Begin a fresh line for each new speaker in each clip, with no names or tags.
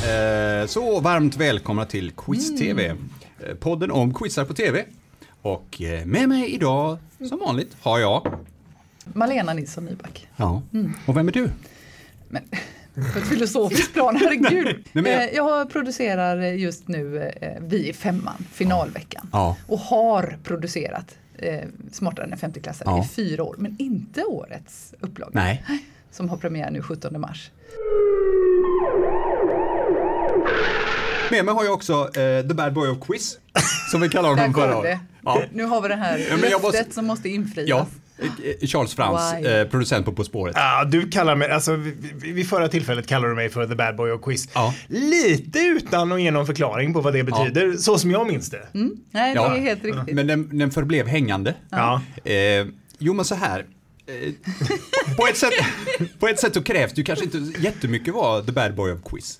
Eh, Så varmt välkomna till
Mm.
Quiz-TV. eh, Podden om quizar på TV. Och eh, med mig idag, som vanligt, har jag...
Malena Nilsson Nyback.
Ja. Och vem är du?
Men på ett filosofiskt plan, herregud.
Nej, men jag-
Eh, Jag producerar just nu eh, Vi i femman, finalveckan.
Ja.
Och har producerat eh, Smartare än en femteklassare
Ja.
i fyra år, men inte årets upplaga.
Nej.
Som har premiär nu 17 mars.
Med mig har jag också eh, The Bad Boy of Quiz, som vi kallar
Där
honom förra
går
året.
det.
Ja.
Nu har vi det här
men jag
löftet
måste-
som måste infrias.
ja. Eh, Charles Frans,
Why?
eh, producent på På spåret.
Ja, du kallar mig, alltså vi- vi- vid förra tillfället kallade du mig för the bad boy of quiz.
Ja.
Lite utan att ge någon förklaring på vad det betyder, så som jag minns det.
Mm. Nej,
Ja.
det är helt riktigt.
Men den, den förblev hängande.
Ja.
Eh, jo, men så här. Eh, på, ett sätt, på ett sätt så krävs det ju kanske inte jättemycket vara the bad boy of quiz.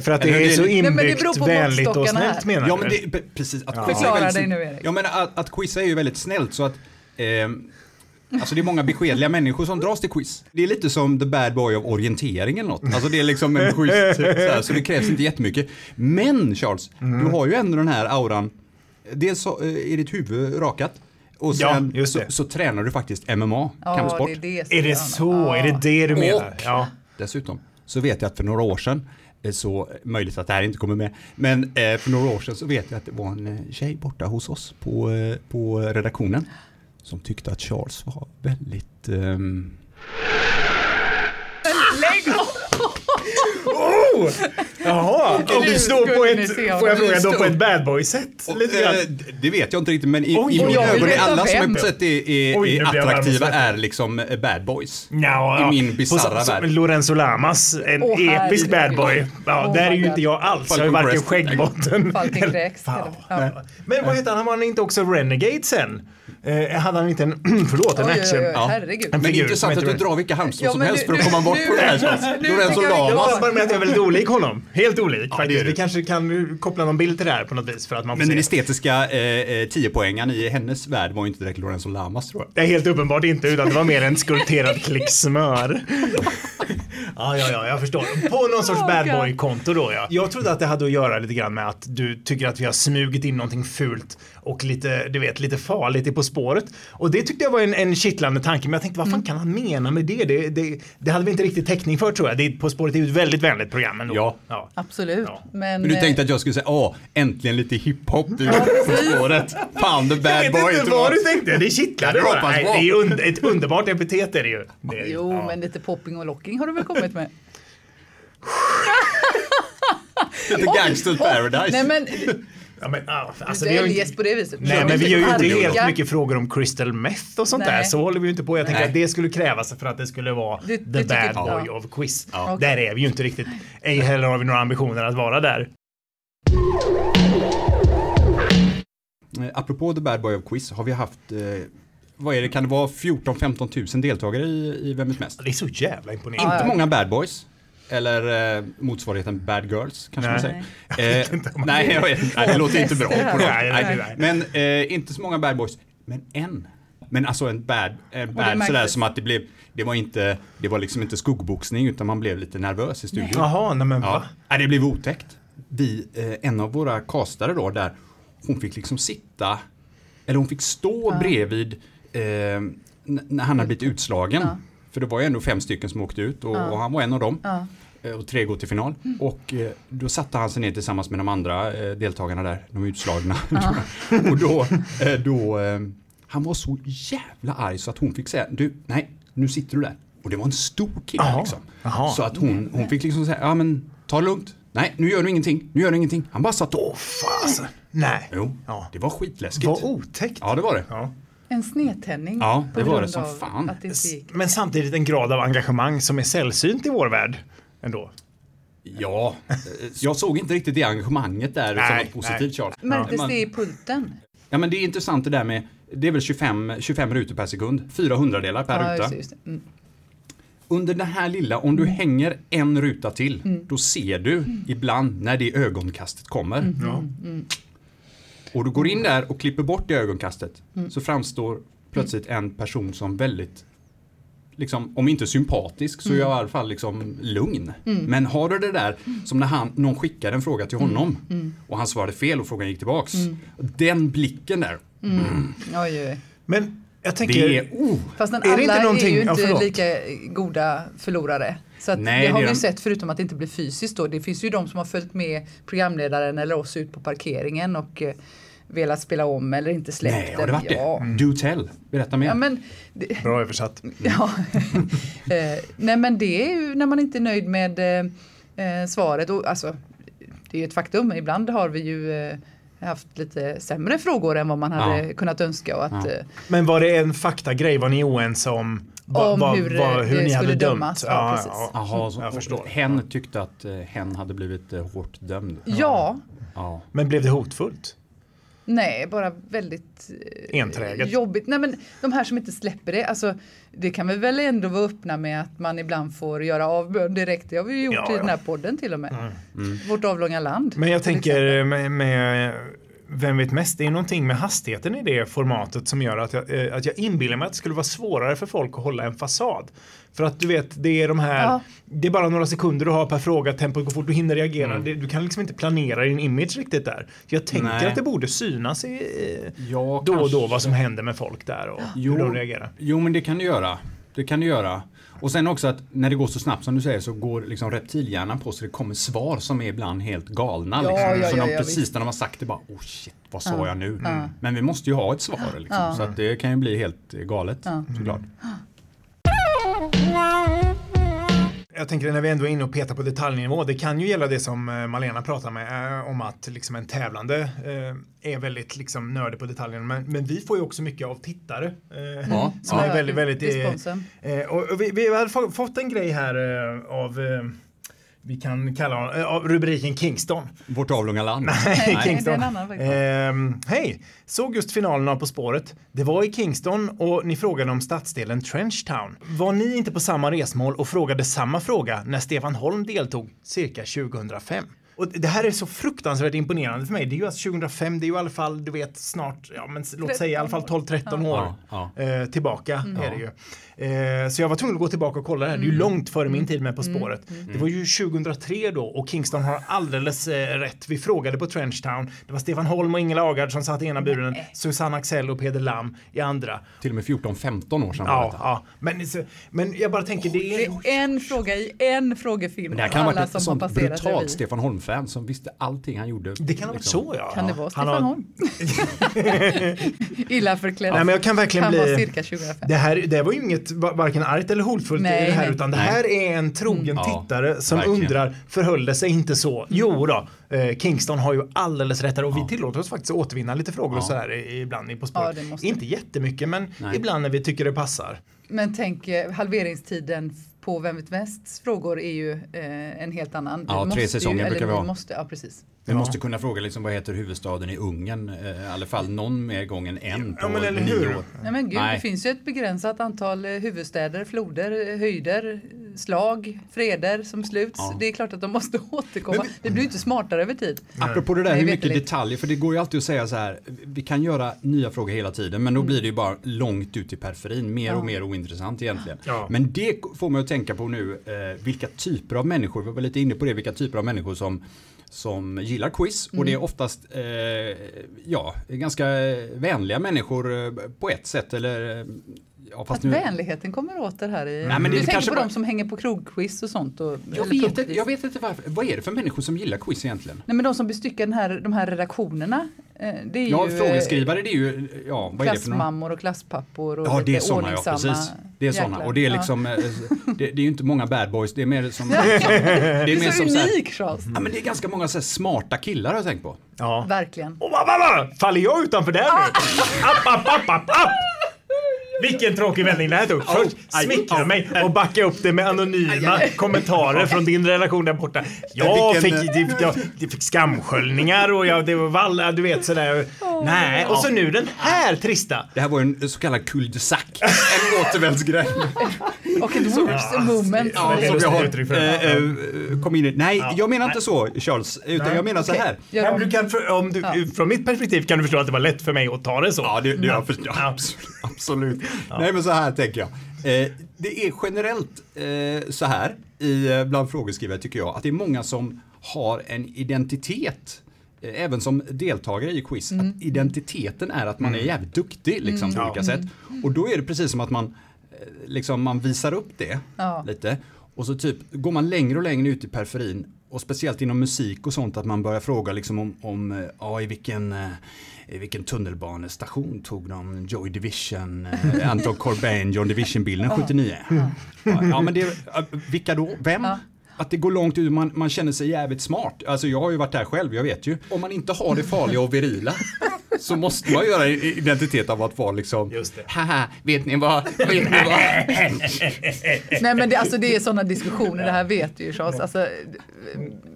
För att
Eller
det är
det-
så
Nej,
men det
inbyggt,
beror på
vänligt och
måttstockarna
snällt
här.
menar
Ja,
du?
men det, pe- precis. Att quizza är
Förklara
väldigt-
dig nu, Erik.
Jag menar, att, att quizza är ju väldigt snällt så att ehm, Alltså det är många beskedliga människor som dras till quiz. Det är lite som the bad boy av orientering eller något. Alltså det är liksom en quiz så, här, så det krävs inte jättemycket. Men Charles,
Mm.
du har ju ändå den här auran. Dels så eh, är ditt huvud rakat och
Ja,
sen
just
så,
det.
så tränar du faktiskt MMA, kampsport.
det är det som
Är det
gör något.
så? Är det det du menar?
Och-
Ja.
Dessutom så vet jag att för några år sedan, eh, så eh, möjligt att det här inte kommer med, men eh, för några år sedan så vet jag att det var en eh, tjej borta hos oss på, eh, på redaktionen som tyckte att Charles var väldigt... ehm,
Lägg av!
Oh! Jaha, och
Nu
du står
skulle
på
ni se
ett,
honom.
får jag fråga,
Nu
då på
står-
ett bad boy-sätt?
och,
Lite grann.
eh, det vet jag inte riktigt men i,
Oj,
i
oj,
mina
oj,
ögon är
veta
alla som är
vem.
på sätt är, är,
Oj, nu
är
blev jag
attraktiva
varm.
är liksom eh, bad boys.
Ja,
I min
ja. På
bisarra
sa- som
värld.
Lorenzo Lamas, en
Åh,
episk
herregud.
bad boy. Ja,
Oh
där är
my
ju
God.
inte jag alls. Jag har ju
Falcon
varken
Crest.
skäggbotten
Falcon Crest,
Fan.
eller- ja.
Nej. Men vad heter han? Han var inte också Renegade sen? Eh, hade han inte en, förlåt, en
Oj, oj, oj,
action...
Ja.
herregud.
Men det är
figur som
intressant att
heter
du
det.
drar vilka halmstrån
Ja,
som
men
helst
nu-
för att komma
nu-
bort på det här Charles. Lorenzo
nu tycker jag vi
Det var
Lamas.
går.
bara bara med att jag är väldigt olik honom. Helt olik
det är
faktiskt.
du.
Vi kanske kan koppla någon bild till det här på något vis för att man får
Men den
se.
estetiska eh, eh, tiopoängaren i hennes värld var ju inte direkt Lorenzo Lamas tror jag.
Det är helt uppenbart inte, utan det var mer en skulpterad klick smör. ja, ja, ja, jag förstår. På någon sorts
Oh,
bad
God.
boy-konto då ja. Jag trodde att det hade att göra lite grann med att du tycker att vi har smugit in någonting fult och lite, du vet, lite farligt i På spåret. Och det tyckte jag var en, en kittlande tanke, men jag tänkte vad
Mm.
fan kan han mena med det? Det, det, det hade vi inte riktigt täckning för tror jag. Det, är- på spåret är ju ett väldigt vänligt program ändå.
Ja.
ja.
Absolut.
Ja.
Men,
Men du
eh,
tänkte att jag skulle säga, åh, äntligen lite hiphop i spåret. Fan, the
Jag
bad
vet
boy.
inte vad du tänkte, det kittlade
Ja, det
bara.
hoppas
Nej,
jag.
det är ju und- ett underbart epitet är det ju. Det är, ju-
Jo,
ja.
men lite popping och locking har du väl kommit med?
Lite gangsters paradise.
Nej men,
Ja, men, ja, alltså,
du
vi har ju
är
inte-
på det viset.
Nej, men vi gör ju inte
Arga.
helt mycket frågor om crystal meth och sånt
Nej.
där. Så håller vi ju inte på. Jag tänker
Nej.
att det skulle krävas för att det skulle vara
Det-
the
det tycker
bad
jag-
boy
ja.
of quiz.
Ja.
Där är vi ju inte riktigt. Ej heller har vi några ambitioner att vara där.
Eh, Apropå the bad boy of quiz har vi haft, eh, vad är det, kan det vara 14-15 000 deltagare i, i Vem vet mest?
Det är så jävla imponerande.
Inte
ja.
många bad boys. Eller eh, motsvarigheten bad girls kanske man
Nej.
säger. Eh, nej, jag vet inte. Nej, det låter inte bra.
Nej,
Förlåt.
nej, nej, nej.
Men eh, inte så många bad boys. Men en. Men alltså en bad, en bad
märktes.
sådär som att det blev, det var inte, det var liksom inte skuggboxning utan man blev lite nervös i studion.
Jaha, nej men
Ja.
va?
Nej, det blev otäckt. Vi, eh, en av våra kastare då, där hon fick liksom sitta, eller hon fick stå bredvid eh, n- när han hade blivit utslagen. För det var ju ändå fem stycken som åkte ut och, och han var en av dem. Eh, Och tre går till final. Och eh, då satte han sig ner tillsammans med de andra eh, deltagarna där, de utslagna. och då, eh, då eh, han var så jävla arg så att hon fick säga, du, nej, nu sitter du där. Och det var en stor kille
Jaha.
liksom.
Jaha.
Så att hon, hon fick liksom säga, ja men ta det lugnt. Nej, nu gör du ingenting. Nu gör du ingenting. Han bara satt och...
Åh fasen. Nej.
Jo,
Ja.
det var skitläskigt.
Vad otäckt.
Ja, det var det.
Ja.
En snedtändning.
Ja,
på
det var det
grund
som
av
fan.
Att det inte gick.
Men samtidigt en grad av engagemang som är sällsynt i vår värld. Ändå.
Ja, eh, jag såg inte riktigt det engagemanget där som
Nej,
något positivt
nej.
Charles.
Märktes
Man-
det i pulten?
Ja, men det är intressant det där med, det är väl 25, 25 rutor per sekund, 400 delar per
Ja, just,
ruta.
det, just det. Mm.
Under den här lilla, om du hänger en ruta till,
Mm.
då ser du ibland när det ögonkastet kommer.
Mm.
Ja.
Och du går in där
Mm.
och klipper bort det ögonkastet så framstår plötsligt en person som väldigt liksom, om inte sympatisk så är
Mm.
jag i alla fall liksom lugn. Men har du det där som när han, någon skickade en fråga
Mm.
till honom och han svarade fel och frågan gick tillbaks. Den blicken där,
Oj, oj.
Men jag tänker...
det är... Oh,
Fast den,
Är det
alla
inte
är
någonting-
ju
ja,
inte
förlåt.
lika goda förlorare. Så att
Nej,
det har
det är
vi ju
de-
sett förutom att det inte blir fysiskt då. Det finns ju de som har följt med programledaren eller oss ut på parkeringen och eh, velat spela om eller inte släppt
nej, har
den.
det Mm. varit
ja. Mm.
det? Do tell, berätta mer.
Ja, men, det,
Bra översatt.
ja. Eh, nej men det är ju när man inte är nöjd med eh, eh, svaret. Och, alltså, det är ju ett faktum, ibland har vi ju eh, haft lite sämre frågor än vad man hade kunnat önska. Och att,
Ja.
eh,
Men var det en faktagrej? Var ni oense om, va-
Om
va-
hur eh,
va-
det skulle dömas. Ja, precis.
Jaha, så,
Jag förstår.
hen tyckte att eh, hen hade blivit eh, hårt dömd.
ja,
Ja.
Men blev det hotfullt?
Nej, bara väldigt eh,
Enträget.
jobbigt. Nej, men de här som inte släpper det, alltså, det kan vi väl ändå vara öppna med att man ibland får göra avbön direkt. Det har vi ju gjort
Ja,
i
ja. Mm.
den här podden till och med. Vårt avlånga land.
Men jag
till
tänker eh, med, med Vem vet mest? Det är någonting med hastigheten i det formatet som gör att jag, eh, att jag inbillar mig att det skulle vara svårare för folk att hålla en fasad. För att du vet, det är de här,
Ja.
det är bara några sekunder du har per fråga, tempot går fort, du hinner reagera,
Mm.
det, du kan liksom inte planera din image riktigt där. Jag tänker
Nej.
att det borde synas i, eh,
Ja,
då och
kanske.
då vad som händer med folk där och
Jo.
hur de reagerar.
Jo, men det kan du göra. Det kan du göra. Och sen också att när det går så snabbt som du säger så går liksom reptilhjärnan på så det kommer svar som är ibland helt galna.
Ja,
liksom.
ja,
så
ja,
de,
ja,
precis
visst.
när
Mm.
de har sagt det bara oh shit, vad sa jag nu? Men vi måste ju ha ett svar liksom. Så att det kan ju bli helt eh, galet såklart.
Mm. Jag tänker när vi ändå är inne och petar på detaljnivå, det kan ju gälla det som eh, Malena pratar med eh, om att liksom en tävlande eh, är väldigt liksom nördig på detaljerna. Men, men vi får ju också mycket av tittare eh,
Ja.
som
Ja,
är väldigt, väldigt eh,
responsen.
Eh, och, och vi, vi har få- fått en grej här eh, av eh, vi kan kalla honom, eh, av rubriken Kingston.
Vårt avlånga land.
Hej
Nej, det är en annan faktiskt.
Ehm, Hej! Såg just finalen av På spåret. Det var i Kingston och ni frågade om stadsdelen Trenchtown. Var ni inte på samma resmål och frågade samma fråga när Stefan Holm deltog cirka 2005? Och det här är så fruktansvärt imponerande för mig. Det är ju alltså 2005, det är ju i alla fall, du vet, snart, ja men s- låt säga i alla fall 12-13 år
Ja,
eh, tillbaka
Mm.
är det ju. Eh, så jag var tvungen att gå tillbaka och kolla det här. Det är ju långt före
Mm.
min tid med På spåret. Det var ju 2003 då och Kingston har alldeles eh, rätt. Vi frågade på Trenchtown. Det var Stefan Holm och Ingela Agard som satt i ena buren. Susanne Axel och Peder Lam i andra.
Till och med 14-15 år sedan var
Ja,
detta.
ja. Men, så- men jag bara tänker, det
Det
är...
är en fråga i en frågefilm.
Men det här kan ha
alla
varit ett
som har
sånt
passerat
brutalt
revy.
Stefan Holm-fan som visste allting han gjorde.
Det kan ha varit
liksom.
så ja.
Kan det vara Stefan
har-
Holm? Illa förklädd.
Nej, men jag kan verkligen
kan
bli...
vara cirka 2005.
Det här det var ju inget va- varken argt eller hotfullt i
Nej,
det här
nej.
utan det här är en trogen
Mm. Ja,
tittare som
verkligen.
undrar förhöll det sig inte
Mm.
så? Jo då, eh, Kingston har ju alldeles rätt där och vi tillåter oss faktiskt att återvinna lite frågor och sådär i- ibland i På spåret.
Ja, det måste vi.
inte jättemycket men
Nej.
ibland när vi tycker det passar.
Men tänk eh, halveringstiden f- på Vem vet mest frågor är ju eh, en helt annan.
Ja, tre
måste ju-
säsonger
eller
brukar vi ha.
Måste, ja, precis.
Vi måste kunna fråga liksom, vad heter huvudstaden i Ungern? Eh, I alla fall någon mer gång än en på
Ja, men eller
nio
hur?
år.
Nej men gud,
Nej.
det finns ju ett begränsat antal eh, huvudstäder, floder, eh, höjder, slag, freder som sluts.
Ja.
Det är klart att de måste återkomma.
Men vi-
Vi... Det blir ju inte smartare över tid.
Apropå det där
Nej,
hur
vet
mycket
inte.
detaljer, för det går ju alltid att säga så här, vi kan göra nya frågor hela tiden men då
Mm.
blir det ju bara långt ut i periferin, mer och mer ointressant egentligen.
Ja.
Men det får mig att tänka på nu, eh, vilka typer av människor, vi var lite inne på det, vilka typer av människor som som gillar quiz och det
Mm.
är oftast eh, ja, ganska vänliga människor eh, på ett sätt eller eh, ja, fast
Att vänligheten kommer åter här i...
Nej, men
du
det är
tänker
kanske
på
bara-
de som hänger på krogquiz och sånt. Och,
Jag
eller
vet,
pubquiz.
inte, jag vet inte varför. Vad är det för människor som gillar quiz egentligen?
Nej men de som bestyckar den här, de här redaktionerna. eh, Det är
Ja,
ju eh,
frågeskrivare det är ju, ja vad är det för någon?
klassmammor och klasspappor och
Ja, det är
lite
sådana ja,
ordningsamma
precis. Det är sådana.
jäklar.
Och det är
Ja.
liksom, eh, det, det är ju inte många bad boys, det är mer som... det är
Du
mer
är så
som så här,
unik Charles.
ja, men det är ganska många så här smarta killar har jag tänkt på.
Ja.
Verkligen.
Och va, va, va, faller jag utanför där nu? App, app, app, app, app! Vilken tråkig vändning det här tog. Först
aj,
smickrar
aj.
mig och backar upp det med anonyma kommentarer från din relation där borta. Jag fick,
Vilken-
det- jag, jag fick skamsköljningar och jag, det var valla, du vet sådär. Nej, och så nu den här trista.
Det här var ju en så kallad kuldesack. En återvändsgränd.
Och ett whoops moment.
Ja, som
det är
jag
lustigt
har,
uttryck för det.
eh, eh, kom in i. Nej, jag menar inte så Charles, utan jag menar så här.
Ja.
Men du kan, för- om du, Från mitt perspektiv kan du förstå att det var lätt för mig att ta det så.
Ja, det, det, jag förstår. Absolut. Nej, men så här tänker jag. Eh, det är generellt eh, så här i, eh, bland frågeskrivare tycker jag, att det är många som har en identitet eh, Även som deltagare i quiz, att identiteten är att man är jävligt duktig liksom, på
Ja.
olika sätt. Och då är det precis som att man, eh, liksom, man visar upp det
Ja.
lite. Och så typ går man längre och längre ut i periferin och speciellt inom musik och sånt att man börjar fråga liksom om, om eh, ja, i vilken, eh, i vilken tunnelbanestation tog de Joy Division, eh, Anton Corbijn, John Division-bilden 79? Ja, ja, men det, ja, vilka då? Vem?
Ja.
Att det går långt ut, man, man känner sig jävligt smart. Alltså jag har ju varit där själv, jag vet ju. Om man inte har det farliga och virila så måste man göra en identitet av att vara liksom,
Just det.
haha, vet ni vad, vet ni vad?
Nej men det, alltså, det är sådana diskussioner, det här vet du ju Charles. Alltså, eh,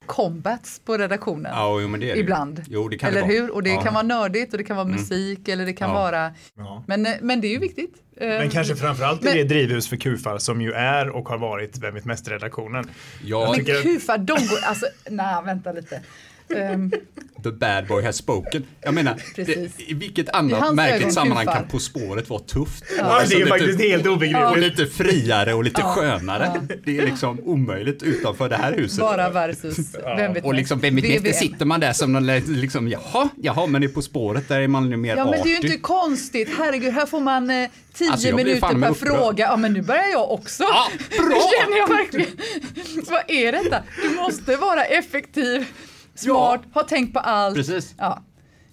combats på redaktionen.
Ja, jo, men det är det ju.
Ibland.
Jo, det kan
eller
det vara.
hur? Och det
Ja. Mm.
kan vara nördigt och det kan vara musik eller det kan
Ja.
vara...
Ja.
Men, eh, men det är ju viktigt. Eh,
Men kanske framförallt i
Men-
det drivhus för kufar som ju är och har varit Vem vet mest-redaktionen.
Ja,
men
tycker-
kufar, de går... Alltså, nej, vänta lite. Ehm,
the bad boy has spoken. Jag menar,
Precis.
det, i vilket
I
annat
hans
märkligt
ögon
sammanhang
kufar.
kan På spåret vara tufft? alltså
Ja, det är
lite-
faktiskt helt
Och
obegripligt.
lite friare och lite skönare. Det är liksom omöjligt utanför det här huset.
bara versus, vem vet
Och
mest?
liksom, vem vet mest,
VVM.
det sitter man där som någon, liksom, jaha, jaha, men i På spåret där är man ju mer
Ja men det är ju
artig.
inte konstigt, herregud här får man eh, tio
Alltså, jag blir
minuter
fan
per
upprörd.
fråga. Ja men nu börjar jag också.
Ja, bra!
Nu känner jag verkligen. Vad är detta? Du måste vara effektiv, smart, ha tänkt på allt.
Precis.
Ja.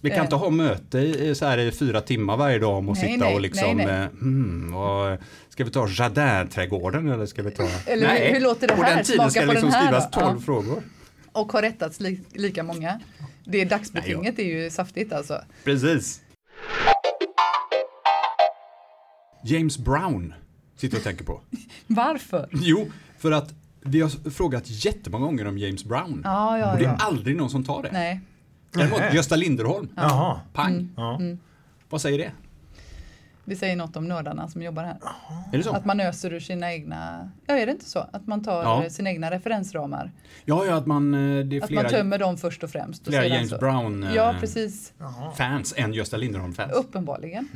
Vi kan inte ha möte i, i så här, i fyra timmar varje dag om att
Eh. Nej,
sitta
nej,
och liksom,
nej, nej.
eh, hmm, vad, ska vi ta Jardin-trädgården eller ska vi ta...
Eller hur- hur låter det
på
här?
den tiden
Smaka
ska
på den
liksom
här
skrivas
då.
12
Ja.
frågor.
Och har rättats li- lika många. Det är dagsbetinget är ju saftigt alltså.
Precis. James Brown sitter jag och tänker på.
Varför?
Jo, för att vi har frågat jättemånga gånger om James Brown.
Ja, ja,
och det är
ja.
aldrig någon som tar det.
Nej. Mm.
Däremot
Nähä.
Gösta Linderholm,
Jaha.
pang.
Ja.
Vad säger det?
Det säger något om nördarna som jobbar här.
Är det så?
Att man öser ur sina egna, ja är det inte så? Att man tar
Ja.
eh, sina egna referensramar.
Ja, ja, att man, eh, det är
Att
flera,
man tömmer dem först och främst. och
flera
sedan
James eh,
så-
Brown-fans
Ja precis,
än Gösta Linderholm-fans.
uppenbarligen.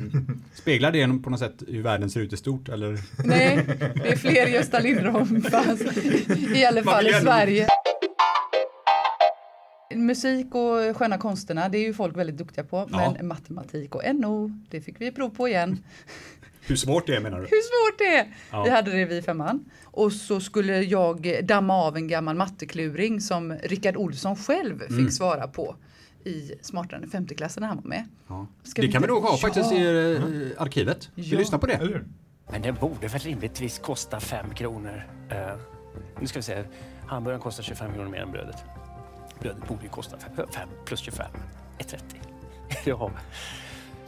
Speglar det på något sätt hur världen ser ut i stort? Eller?
Nej, det är fler Gösta Lindholm fans. I alla
Man
fall i
vill ändå-
Sverige. Musik och sköna konsterna, det är ju folk väldigt duktiga på. Men
Ja.
matematik och NO, det fick vi prov på igen.
Hur svårt det är menar du?
Hur svårt det är!
Ja.
Vi hade det vi i femman. Och så skulle jag damma av en gammal mattekluring som Rickard Olsson själv fick
Mm.
svara på i Smartare än femteklassen när han var med.
Ja.
Ska
Det
vi
kan vi
inte-
nog ha
Ja. Mm.
faktiskt i eh, arkivet. Vi
Ja.
lyssnar på det.
Eller hur?
Men den borde väl rimligtvis kosta 5 kronor. Eh, nu ska vi se, hamburgaren kostar 25 kronor mer än brödet. Brödet borde ju kosta 5 plus 25 är 30. ja.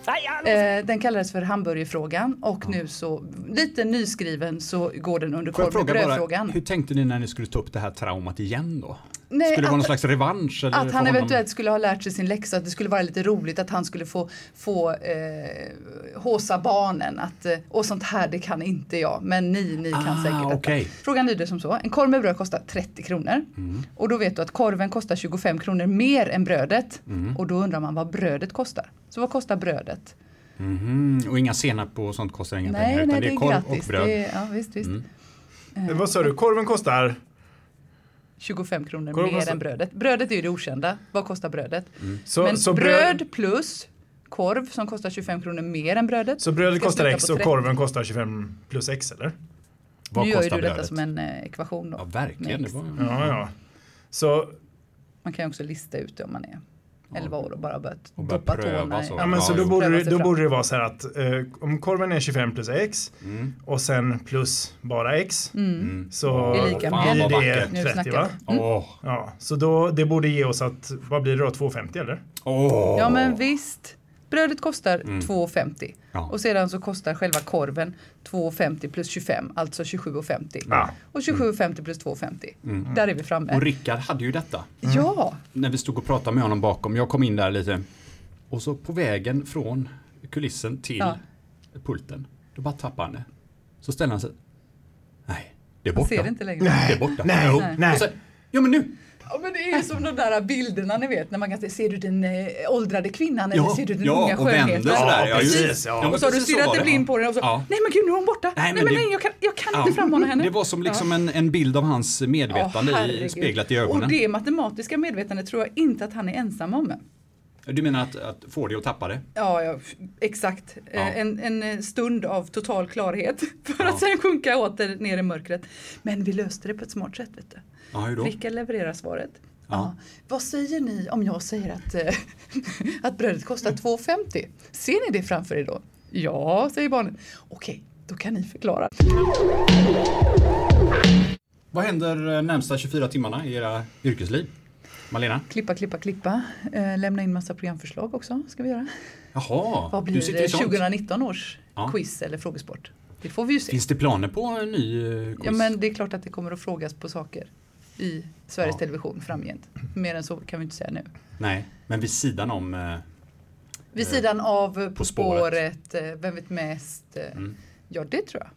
Nej, hallå!
Eh, den kallades för hamburgerfrågan och nu så lite nyskriven så går den under
Får jag
korv med
fråga bara,
brödfrågan.
hur tänkte ni när ni skulle ta upp det här traumat igen då?
Nej,
skulle det
att-
vara någon slags revansch? Eller
Att
för
han
honom?
eventuellt skulle ha lärt sig sin läxa, att det skulle vara lite roligt att han skulle få, få eh, håsa barnen. Att, eh, och sånt här, det kan inte jag, men ni, ni kan
Ah,
säkert detta.
okej. Mm.
Frågan lyder som så, en korv med bröd kostar 30 kronor. Och då vet du att korven kostar 25 kronor mer än brödet.
Mm.
Och då undrar man vad brödet kostar. Så vad kostar brödet?
Mhm, och inga senap och sånt kostar inga pengar
Nej,
utan
nej,
det är korv och
gratis.
bröd. Mm.
Det är, ja, visst, visst.
Men Eh, Vad sa du, korven kostar?
25 kronor
Korv
mer
kostar-
än brödet. Brödet är ju det okända. Vad kostar brödet?
Så,
Men
så
bröd, plus korv som kostar 25 kronor mer än brödet.
Så brödet
ska
kostar
sluta
X
på
och
30.
korven kostar 25 plus X eller?
Vad
nu gör ju
kostar
du detta
brödet?
som en eh, ekvation då.
Ja, verkligen.
med
Det
X.
var...
Ja, ja. Så,
Man kan ju också lista ut det om man är 11 år och bara börjat
Och börja
doppa
pröva
tårna i.
så.
ja, men så
Ja,
då,
jo.
borde
Pröva
det,
sig
då
fram.
borde det vara så här att eh, om korven är 25 plus X och sen plus bara X så
Mm. Det är lika
Fan,
med.
vad
blir
vackert.
Nu
det 30
snackar
va?
vi.
Åh,
Ja, så då, det borde ge oss att, vad blir det då, 2,50 eller?
åh. Mm.
Ja men visst. Brödet kostar 2,50
Ja.
och sedan så kostar själva korven 2,50 plus 25, alltså 27,50.
Ja.
Och 27,50 plus 2,50. Där är vi framme.
Mm. Och Rickard hade ju detta.
Ja,
När vi stod och pratade med honom bakom. Jag kom in där lite. Och så på vägen från kulissen till
Ja.
pulten. Då bara tappade han det. Så ställde han sig. Nej, det är
man
borta.
ser det inte längre.
Det är borta.
Nej, nej.
Och så, ja men nu,
Ja, men det är ju som de där bilderna ni vet när man kan se, ser du den eh, åldrade kvinnan eller
Ja,
ser du den
ja,
unga
och vänder
skönheten?
sådär,
ja,
just det.
precis, ja.
men
Och så har du
precis
stirrat
var
dig
det.
blind på den och så,
Ja.
nej men gud nu är hon borta. Nej men,
men det-
nej, jag kan, jag kan
Ja.
inte frammana henne.
Det var som liksom en, en bild av hans medvetande
Ja,
i,
herregud.
speglat i ögonen.
Och det matematiska medvetandet tror jag inte att han är ensam om.
Du menar att, att få det och tappa det?
Ja, ja f- exakt.
Ja.
Eh, En, en eh, stund av total klarhet för
Ja.
att sen sjunka åter ner i mörkret. Men vi löste det på ett smart sätt. Vet du.
Ja, hur då?
Rickard levererar svaret.
Ja.
Ja. Vad säger ni om jag säger att, eh, att brödet kostar 2,50? Ser ni det framför er då? Ja, säger barnen. Okej, då kan ni förklara.
Vad händer eh, närmsta 24 timmarna i era yrkesliv? Malena?
Klippa, klippa, klippa. Eh, lämna in massa programförslag också. Ska vi göra.
Jaha,
Vad
du
blir
sitter i
det?
sånt.
2019 års
Ja.
quiz eller frågesport? Det får vi ju se.
Finns det planer på en ny eh, quiz?
Ja, men det är klart att det kommer att frågas på saker i Sveriges
Ja.
Television framgent. Mer än så kan vi inte säga nu.
Nej, men vid sidan om... eh,
Vid
Eh,
sidan av eh, På,
På spåret.
spåret, eh, Vem vet mest? eh,
Mm.
Ja, det tror jag.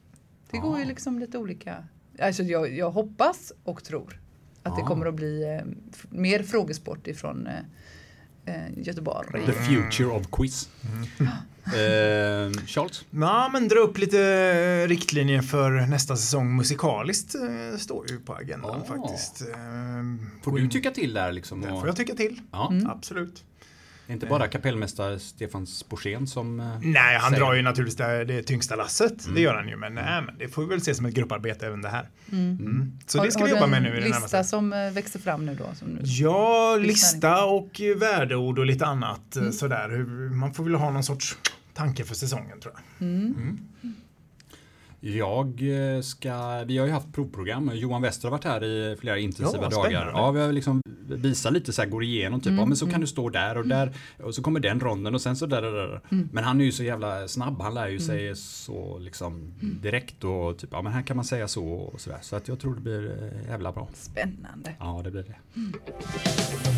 Det
Ja.
går
Ah.
ju liksom lite olika. Alltså jag, jag hoppas och tror att det
Ah.
Ja.
kommer att bli eh, f- mer frågesport ifrån eh, eh, Göteborg.
The future of quiz.
Mm.
eh, Charles?
Ja, men dra upp lite eh, riktlinjer för nästa säsong musikaliskt eh, står ju på agendan
Ja.
faktiskt. Eh,
Får
gå
du
in-
tycka Mm. till där liksom?
Där
och-
får jag tycka till.
Ja,
Mm.
Absolut.
det är inte bara kapellmästare Stefan Sporsén som... eh,
Nej, han
säger-
drar ju naturligtvis det, det tyngsta lasset.
Mm.
Det gör han ju, men, nej, men det får vi väl se som ett grupparbete även det här. Mm. Så det ska vi jobba med nu i det
den lista
närmaste.
som eh, växer fram nu då? Som nu.
Ja,
Lyssnar
lista och eh, värdeord och lite annat eh, sådär. Hur- Man får väl ha någon sorts tanke för säsongen tror jag.
Jag eh, ska, vi har ju haft provprogram. Johan Wester har varit här i flera intensiva
Ja,
dagar.
spännande. Mm,
Ja, vi har liksom visat lite så här, går igenom typ, ja men så kan du stå där och där och så kommer den ronden och sen så där och där.
Mm.
Men han är ju så jävla snabb, han lär ju sig så liksom
Mm.
direkt och typ, ja men här kan man säga så och sådär. Så att jag tror det blir eh, jävla bra.
Spännande.
Ja, det blir det.